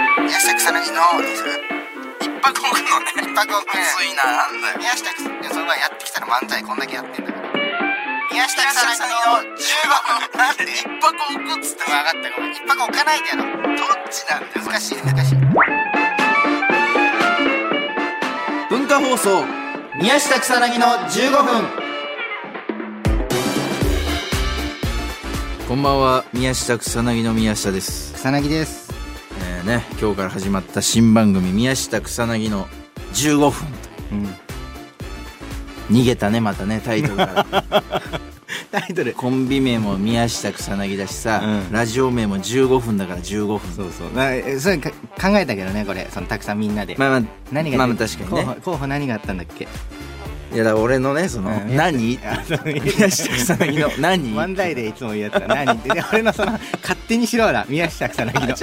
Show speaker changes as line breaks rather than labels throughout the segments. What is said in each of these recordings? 草薙のにする
一泊置くのね
一泊置くね
ついななんだよ
宮下草薙それはやってきたら漫才こんだけやってんだから宮下草薙の15分
なんで一泊置くっつって
分かったごめん一泊置かないでやろ
どっちなんだよ
難しい難しい
文化放送宮下草薙の15分こんばんは宮下草薙の宮下です
草薙です
えーね、今日から始まった新番組「宮下草薙の15分」逃げたねまたねタイトルから
タイトル
コンビ名も宮下草薙だしさ、
うん
ラジオ名も15分だから15分
そうそうなえそれか考えたけどねこれそのたくさんみんなで、
まあまあ
何が
まあまあ確かに
候
ね
補候補何があったんだっけ
いやだから俺のねその「
うん
何?」宮下草�cの「何?」
漫才でいつも言うやつが 何ってで俺のその勝手にしろよな宮下草薙の
なん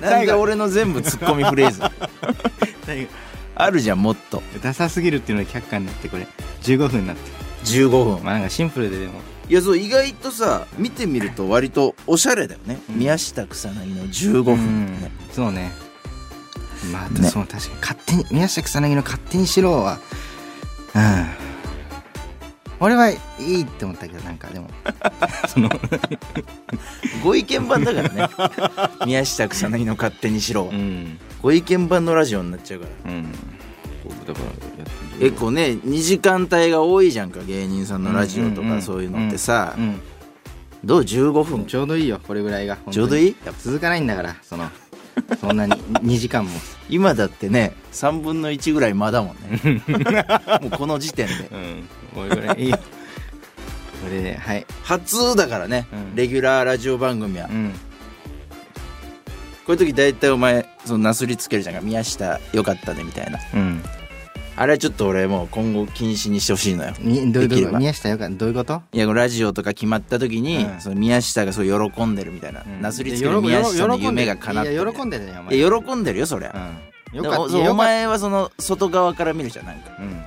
最
で
後
俺の全部ツッコミフレー ズ
最後
あるじゃんもっと
ダサすぎるっていうのが却下になってこれ15分になって
15分
まあなんかシンプルででも
いやそう意外とさ見てみると割とおしゃれだよね、
うん
宮下草薙の15分ってね、
うんそうねまた
ね
そう、確かに勝手に宮下草薙の勝手にしろはうん俺はいいって思ったけどなんか でもその
ご意見版だからね 宮下草薙の勝手にしろ、
ん
ご意見版のラジオになっちゃうから
うん
だから
結構ね2時間帯が多いじゃんか芸人さんのラジオと
うんうんう
か
ん
そういうのってさ、
うん
どう15分
ちょうどいいよこれぐらいが本当に
ちょうどいい
やっぱ続かないんだからそのそんなに2 時間も
今だってね3分の1ぐらい間だもん ねもうこの時点で
うん これぐらいいいよこれではい
初だからね、
うん
レギュラーラジオ番組は、こ
ん
ういう時大体お前そのなすりつけるじゃんか宮下よかったねみたいな
うん
あれはちょっと俺もう今後禁止にしてほしいのよ。
にどういう
できれ
こと
ば
宮下よかどういうこと
いやこれラジオとか決まった時に、
うん
その宮下がそう喜んでるみたいな、なすりつける宮下の夢が叶ってる
い
みた
や
いな
喜んでるねお
い
前
や喜んでるよそりゃ、
うんよ
で
か
お
っ
そ
た
う
よ
お
かっ
前はその外側から見るじゃんなんか
たうん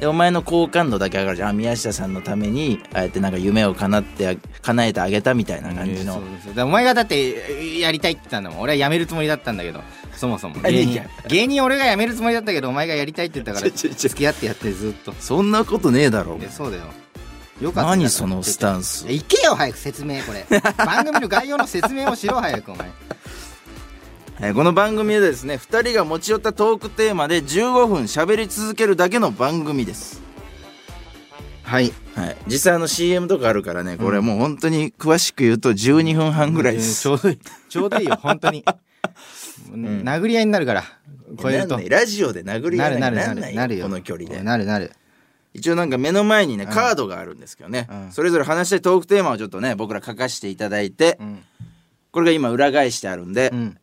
でお前の好感度だけ上がるじゃんあ宮下さんのためにああやってなんか夢を叶ってあ叶えてあげたみたいな感じの、
そうそうそうお前がだってやりたいって言ったんだもん俺はやめるつもりだったんだけどそもそも
いや
芸人
いや
芸人俺がやめるつもりだったけどお前がやりたいって言ったから
ちょちょちょ
付き合ってやってずっと
そんなことねえだろ
いやそうだよよかった
何そのスタンス
いや行けよ早く説明 これ番組の概要の説明をしろ早くお前
えーこの番組はですね2人が持ち寄ったトークテーマで15分喋り続けるだけの番組です
はい
はい、実際あの CM とかあるからねこれもう本当に詳しく言うと12分半ぐらいです、
ちょうどいいちょうどいいよ本 当に殴り合いになるから超える
な
と
んないラジオで殴り合
ないる
な
なんる
かなん
な
ない
るなるよ
この距離で
なるなる
一応なんか目の前にねカードがあるんですけどね、
うん
それぞれ話したいトークテーマをちょっとね僕ら書かせていただいて、
ん
これが今裏返してあるんで
う、ん
だ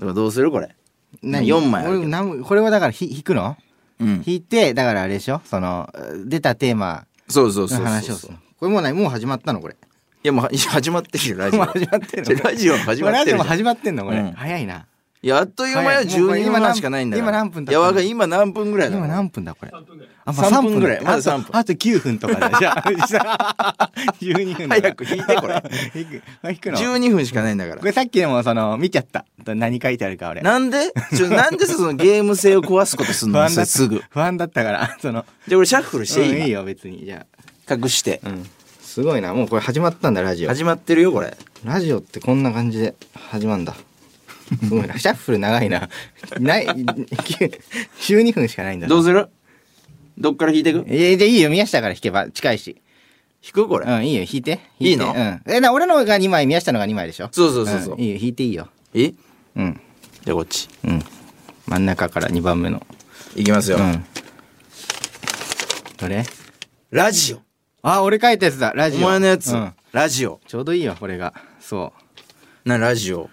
からどうするこれ
何
4枚あるけど
俺何もこれはだからひ引くの
うん
引いてだからあれでしょその出たテーマ
そうそう
の
そう
話
そ
を
うそ
す
う
る
い
のこれもうないもう始まったのこれ
やもういや始まってるよラジ
も
オ
う 始まってる
じゃあラジオ始まってるじゃ
も
ん
始まってんのこれ、
うん
早いない
やあっという間や
はいもうこれ
12分半しかないんだから
今何分
い
経った
や
の
わかる今何分ぐらいだろ
今
う
何分だこれあ
3分ぐらいまだ3分
あとあと9分とか だじゃあ 12分だ
早く引いてこれ
引くあ 引くの
12分しかないんだから
これさっきでもその見ちゃった何書いてあるか俺
なんでちょなんでさそのゲーム性を壊すことすん
不
の
安
そ
だ
れ
っ
すぐ。
不安だったから その
じゃあ俺シャッフルしていい,、
うんいいよ別にじゃ
隠して。
あうんすごいなもうこれ始まったんだラジオ
始まってるよ、これ。
ラジオってこんな感じで始まるんだ。すごいな。シャ ッフル長いな。ない、12分しかないんだな。
どうするどっから引いてく
えーでいいよ。宮下から引けば近いし。
引くこれ、
うん、いいよ。引いて。
いい
引て
の
うん。え、な、俺のが2枚、宮下のが2枚でしょ
そうそうそうそうん
いいよ。引いていいよ。
えじ
うん。
ゃあこっち。
うん。真ん中から2番目の。
いきます
う
よ。
ん。どれ
ラジオ。
あ、俺書いたやつだ。ラジ
お
オ。
前のやつ、
うん
ラジオ。
ちょうどいいよ、これが。そう。
な、ラジオ。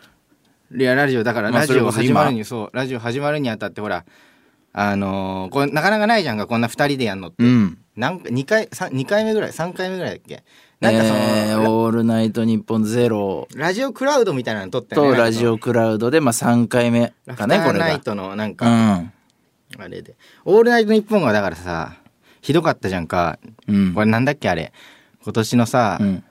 いやラジオだから
まあ
ラジオ
それこそ
始
今
まるにそう,、ラジオ始まるにあたってほらあのーこれなかなかないじゃんかこんな2人でやんのって、
うん。
なんか2回三二回目ぐらい3回目ぐらいだっけなんかその、
えー、オールナイトニッポンゼロ
ララジオクラウドみたいなの撮ったよ
と
ね
ラジオクラウドで、まあ、3回目
な
か
んかそのラ
ね、
フタ
これ
ーナイ
が。
トのなん
う
か、
ん。
あれで「オールナイトニッポン」がだからさひどかったじゃんか、
うん
こ。れなんだっけあれ今年のさ、
うん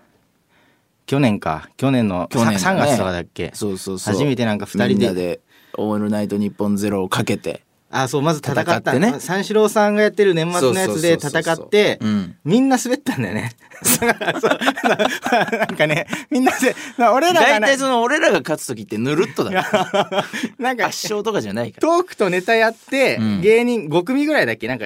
去年か去年の
去年のね
3月とかだっけ
そうそうそう
初めてなんか2人
みん
で
なで「オールナイトニッポンゼロをかけて
あそうまず戦った
戦ってね
三四郎さんがやってる年末のやつで
そうそうそうそう
戦って
うん
みんな滑ったんだよね だからそうなんかねみんなで俺らが
大
な
体その俺らが勝つ時ってぬるっとだから
なんか
圧勝とかじゃないから
トークとネタやって、
うん
芸人5組ぐらいだっけなんか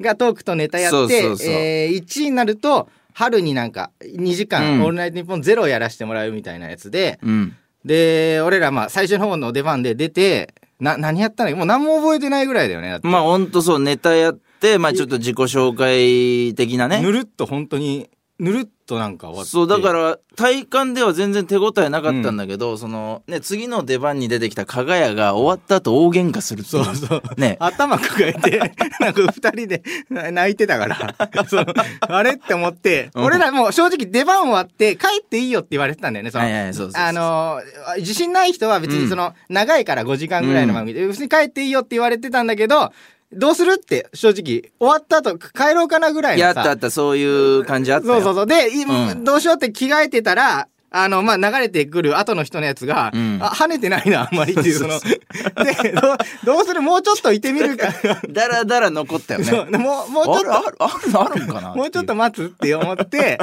がトークとネタやって
そうそうそう
え1位になると春になんか2時間
う
「
ん
オールナイトニッポンゼロをやらせてもらうみたいなやつで、
うん
で俺らまあ最初の方の出番で出てな何やったのもう何も覚えてないぐらいだよねだって
まあほんとそうネタやってまあちょっと自己紹介的な
ぬ
ね
るっと本当にぬるっとなんか終わって
そうだから体感では全然手応えなかったんだけど、そのね次の出番に出てきた加賀谷が終わった後大喧嘩するってい
そうそう
ね
頭抱え てなんか二人でな泣いてたからそのあれって思って
うん
俺らもう正直出番終わって帰っていいよって言われてたんだよねその
はいはいそうそうそう
あの自信ない人は別にその、長いから5時間ぐらいの番組で、別に帰っていいよって言われてたんだけどどうするって正直終わった後帰ろうかなぐらいの
や
さ
ったあったそういう感じあったよ
そうそうそう。で、い
うん
どうしようって着替えてたら、あの、まあ、流れてくる後の人のやつが、
うん
あ、跳ねてないな、あんまりっていう、その、で、どう、どうするもうちょっといてみ るか。
だらだら残ったよね
そう、もう、もうちょ
あ
っ
るあ
と、
るあるあるんかなてい
もうちょっと待つって思 って、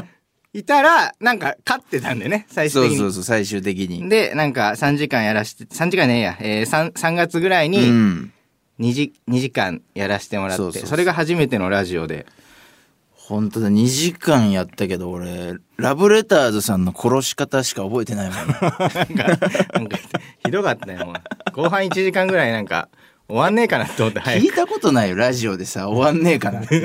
いたら、なんか、勝ってたんでね、最終
そう
的に。
そうそう最終的に
で、なんか、3時間やらして、3時間ねえや、えー、3、3月ぐらいうに、
ん
2時、2時間やらしてもらって、
そ
そう
そうそう
れが初めてのラジオで。
本当だ2時間やったけど俺ラブレターズさんの殺し方しか覚えてないもんね
なんか、なんか、ひどかったよ、もう。後半1時間ぐらいなんか、終わんねえかなって思って、早
聞
く。
いたことないよラジオでさ終わんねえかな長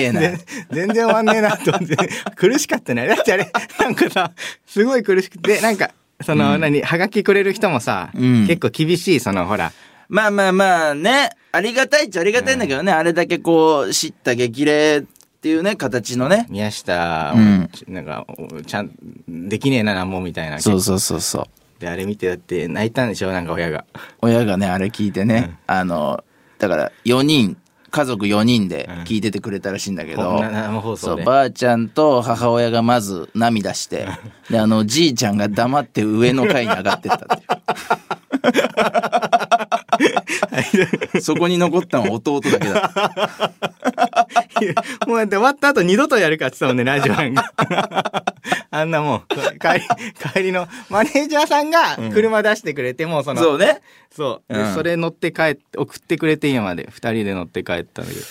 えな
全全然終わんねえなと思って、苦しかったね。だってあれ、なんかさ、すごい苦しくて、なんか、その、何、はがきくれる人もさ、
うん
結構厳しい、その、ほら、
まあまあまあねありがたいっちゃありがたいんだけどね、あれだけこう叱咤激励っていうね形のね
宮下、
うん
なんか、おちゃん、できねえな、なんもみたいな。
そうそうそうそう
で、あれ見て、だって泣いたんでしょ、なんか親 が。
親がねあれ聞いてね、あのだから4人家族4人で聞いててくれたらしいんだけど、
ほな生放
そ
送
う
で。
ばあちゃんと母親がまず涙してであのじいちゃんが黙って上の階に上がってった っていうそこに残ったのは弟だけだっ
もうだって終わった後二度とやるかって言ってたもんね、ラジオなんか。 あんなもう、帰り、帰りの、マネージャーさんが車出してくれて、もうそ
た
の、
そうね
そう。で
うん
それ乗って帰って、送ってくれて家まで、二人で乗って帰ったんだけど、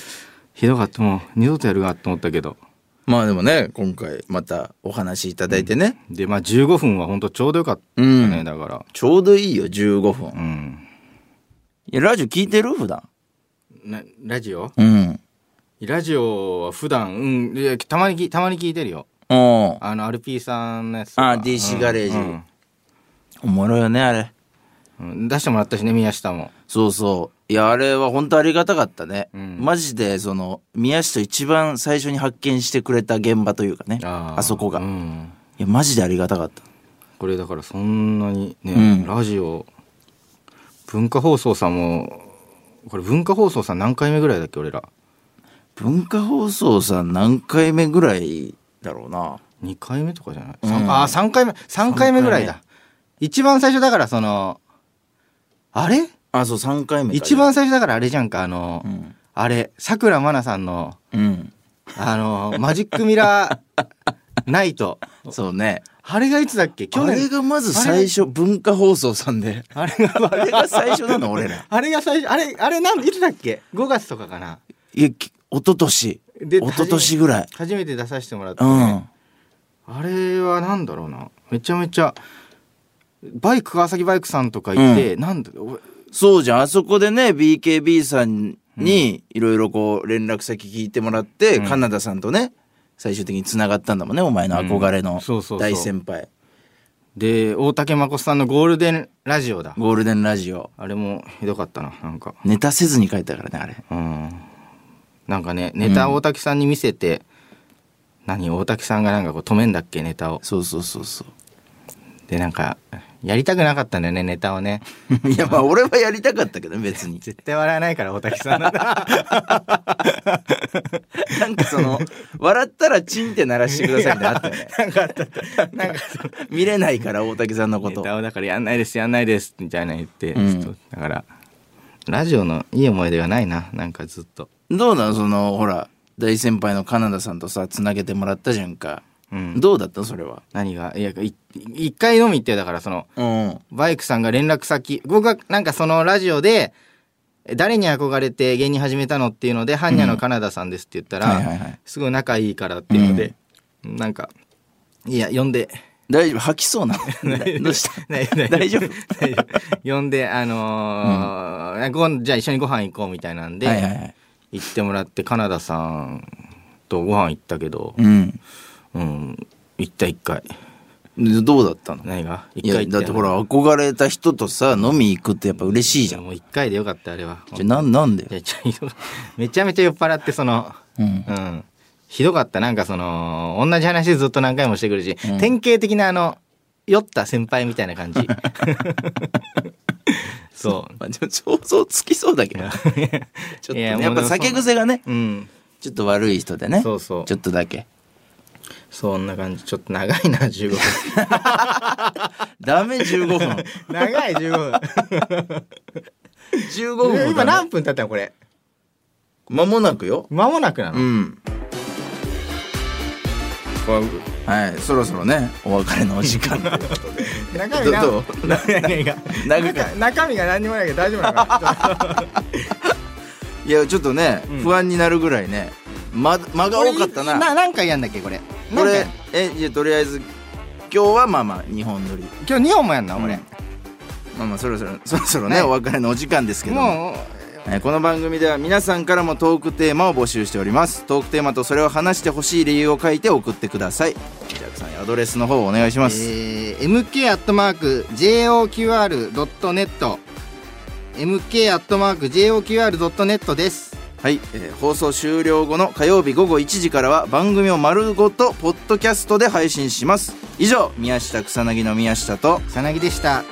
ひどかった、もう二度とやるかと思ったけど。
まあでもね今回またお話いただいてね、
で、まあ15分は本当ちょうどよかった
うん
ね、だから。
ちょうどいいよ15分、
う
い
ん。
やラジオ聞いてる普段
な、ラジオ
うん
ラジオは普段、うん、いやたまにき、たまに聞いてるよ。
お
あの、RP さんのやつとか。
あ DC ガレージ、
うん
おもろいよねあれ
うん出してもらったしね、宮下も。
そうそう。いや、あれは本当ありがたかったね。
うん
マジで、その、宮下一番最初に発見してくれた現場というかね。あ
ー
そこが、
う
い
ん
や、マジでありがたかった。
これだからそんなにね、
うん
ラジオ文化放送さんもこれ文化放送さん何回目ぐらいだっけ俺ら
文化放送さん何回目ぐらいだろうな。
2回目とかじゃない、
うん
三あ3回目三回目ぐらいだ一番最初だからそのあれ
あ、そう、3回目か
一。番最初だからあれじゃんかあの、
うん。
あれさくらまなさんの
うん。
あのマジックミラーナイト
そうね。
あれがいつだっけ去
あれ
年
がまず最初、文化放送さんで。
あれが
あれが最初なの、俺ら。
あれが最初あれあれなんいつだっけ5月とかかない
や、き一昨年
で
一昨年ぐらい。
初めて出させてもらって、
うん。
あれはなんだろうなめちゃめちゃバイク川崎バイクさんとかいて、なんだお
そうじゃん。あそこでね、BKB さんに、いろいろこう、連絡先聞いてもらって、
うん
カナダさんとね、最終的に繋がったんだもんね、お前の憧れ
う
の
んそうそうそう
大先輩。
で大竹まこさんのゴールデンラジオだ
ゴールデンラジオ。
あれもひどかったななんか
ネタせずに帰ったからね、あれ。
うんなんかねネタ
うん
大竹さんに見せて、何大竹さんがなんかこう止めんだっけネタを
そうそうそうそう。
でなんかやりたくなかったんだよね、ネタをね。
いやまあ俺はやりたかったけど別 に
絶対笑わないから、大竹さん。
なんかその笑ったらチンって鳴らしてくださいみたいなのあったよね
なんかあったってなんか
見れないから大竹さんのこ
ネ
と
タをだからやんないですやんないですみたいな言って、
うん
ちょっとだからラジオのいい思い出はないななんかずっと、
どうなのそのほら大先輩のカナダさんとさつなげてもらったじゃんか、
うん、
どうだったそれは
何がいやい一回のみってだからその
うん
バイクさんが連絡先僕がなんかそのラジオで誰に憧れて芸人始めたのっていうので「般若のカナダさんです」って言ったら、
はいはいはい
すごい仲いいからっていうので、なんか「いや呼んで」
大丈夫吐きそうなのどうした
ない ない
大丈夫
大丈夫呼んであのーごじゃあ一緒にご飯行こうみたいなんで、
はいはいはい
行ってもらってカナダさんとご飯行ったけど
うん
うん行った一回
でどうだったの
何が
い
一
や
回行
だ
ったよ
ってほら憧れた人とさ飲み行くってやっぱ嬉しい
い
じゃ
や
ん
もう一回でよかったあれは
じゃなんなんだ
い
よ、
やちょ めちゃめちゃ酔っ払ってその
うん、
うんひどかったなんかその同じ話ずっと何回もしてくるし、
うん
典型的なあの酔った先輩みたい な感じそ
まあでも想像つきそうだけど ちょっと、
い
ね、
やもう
やっぱ酒癖がね
ううん
ちょっと悪い人でね
そうそう
ちょっとだけ
そんな感じちょっと長いな15分
ダメ15分
長い15分
15分
今何分経ったのこれ
間もなくよ
間もなくなの、
うんはいそろそろねお別れのお時 間
中身な
どど
何が
長か
中中身が何にもないけど大丈夫なのかな
いやちょっとね、
うん
不安になるぐらいねま間が多かったな
な何回やんだっけこれ
こ
こ
れ
れ
えじゃあとりあえず今日はまあまあ日本撮り
今日2本もやんな
うん
俺、
まあまあそろそろ そろそろね、
はい
お別れのお時間ですけども
もう
えーこの番組では皆さんからもトークテーマを募集しておりますトークテーマとそれを話してほしい理由を書いて送ってくださいジャックさんアドレスの方をお願いします、
えー、mk アットマーク joqr.net mk アットマーク joqr.net です
はい、えー放送終了後の火曜日午後1時からは番組を丸ごとポッドキャストで配信します以上宮下草薙の宮下と
さなぎでした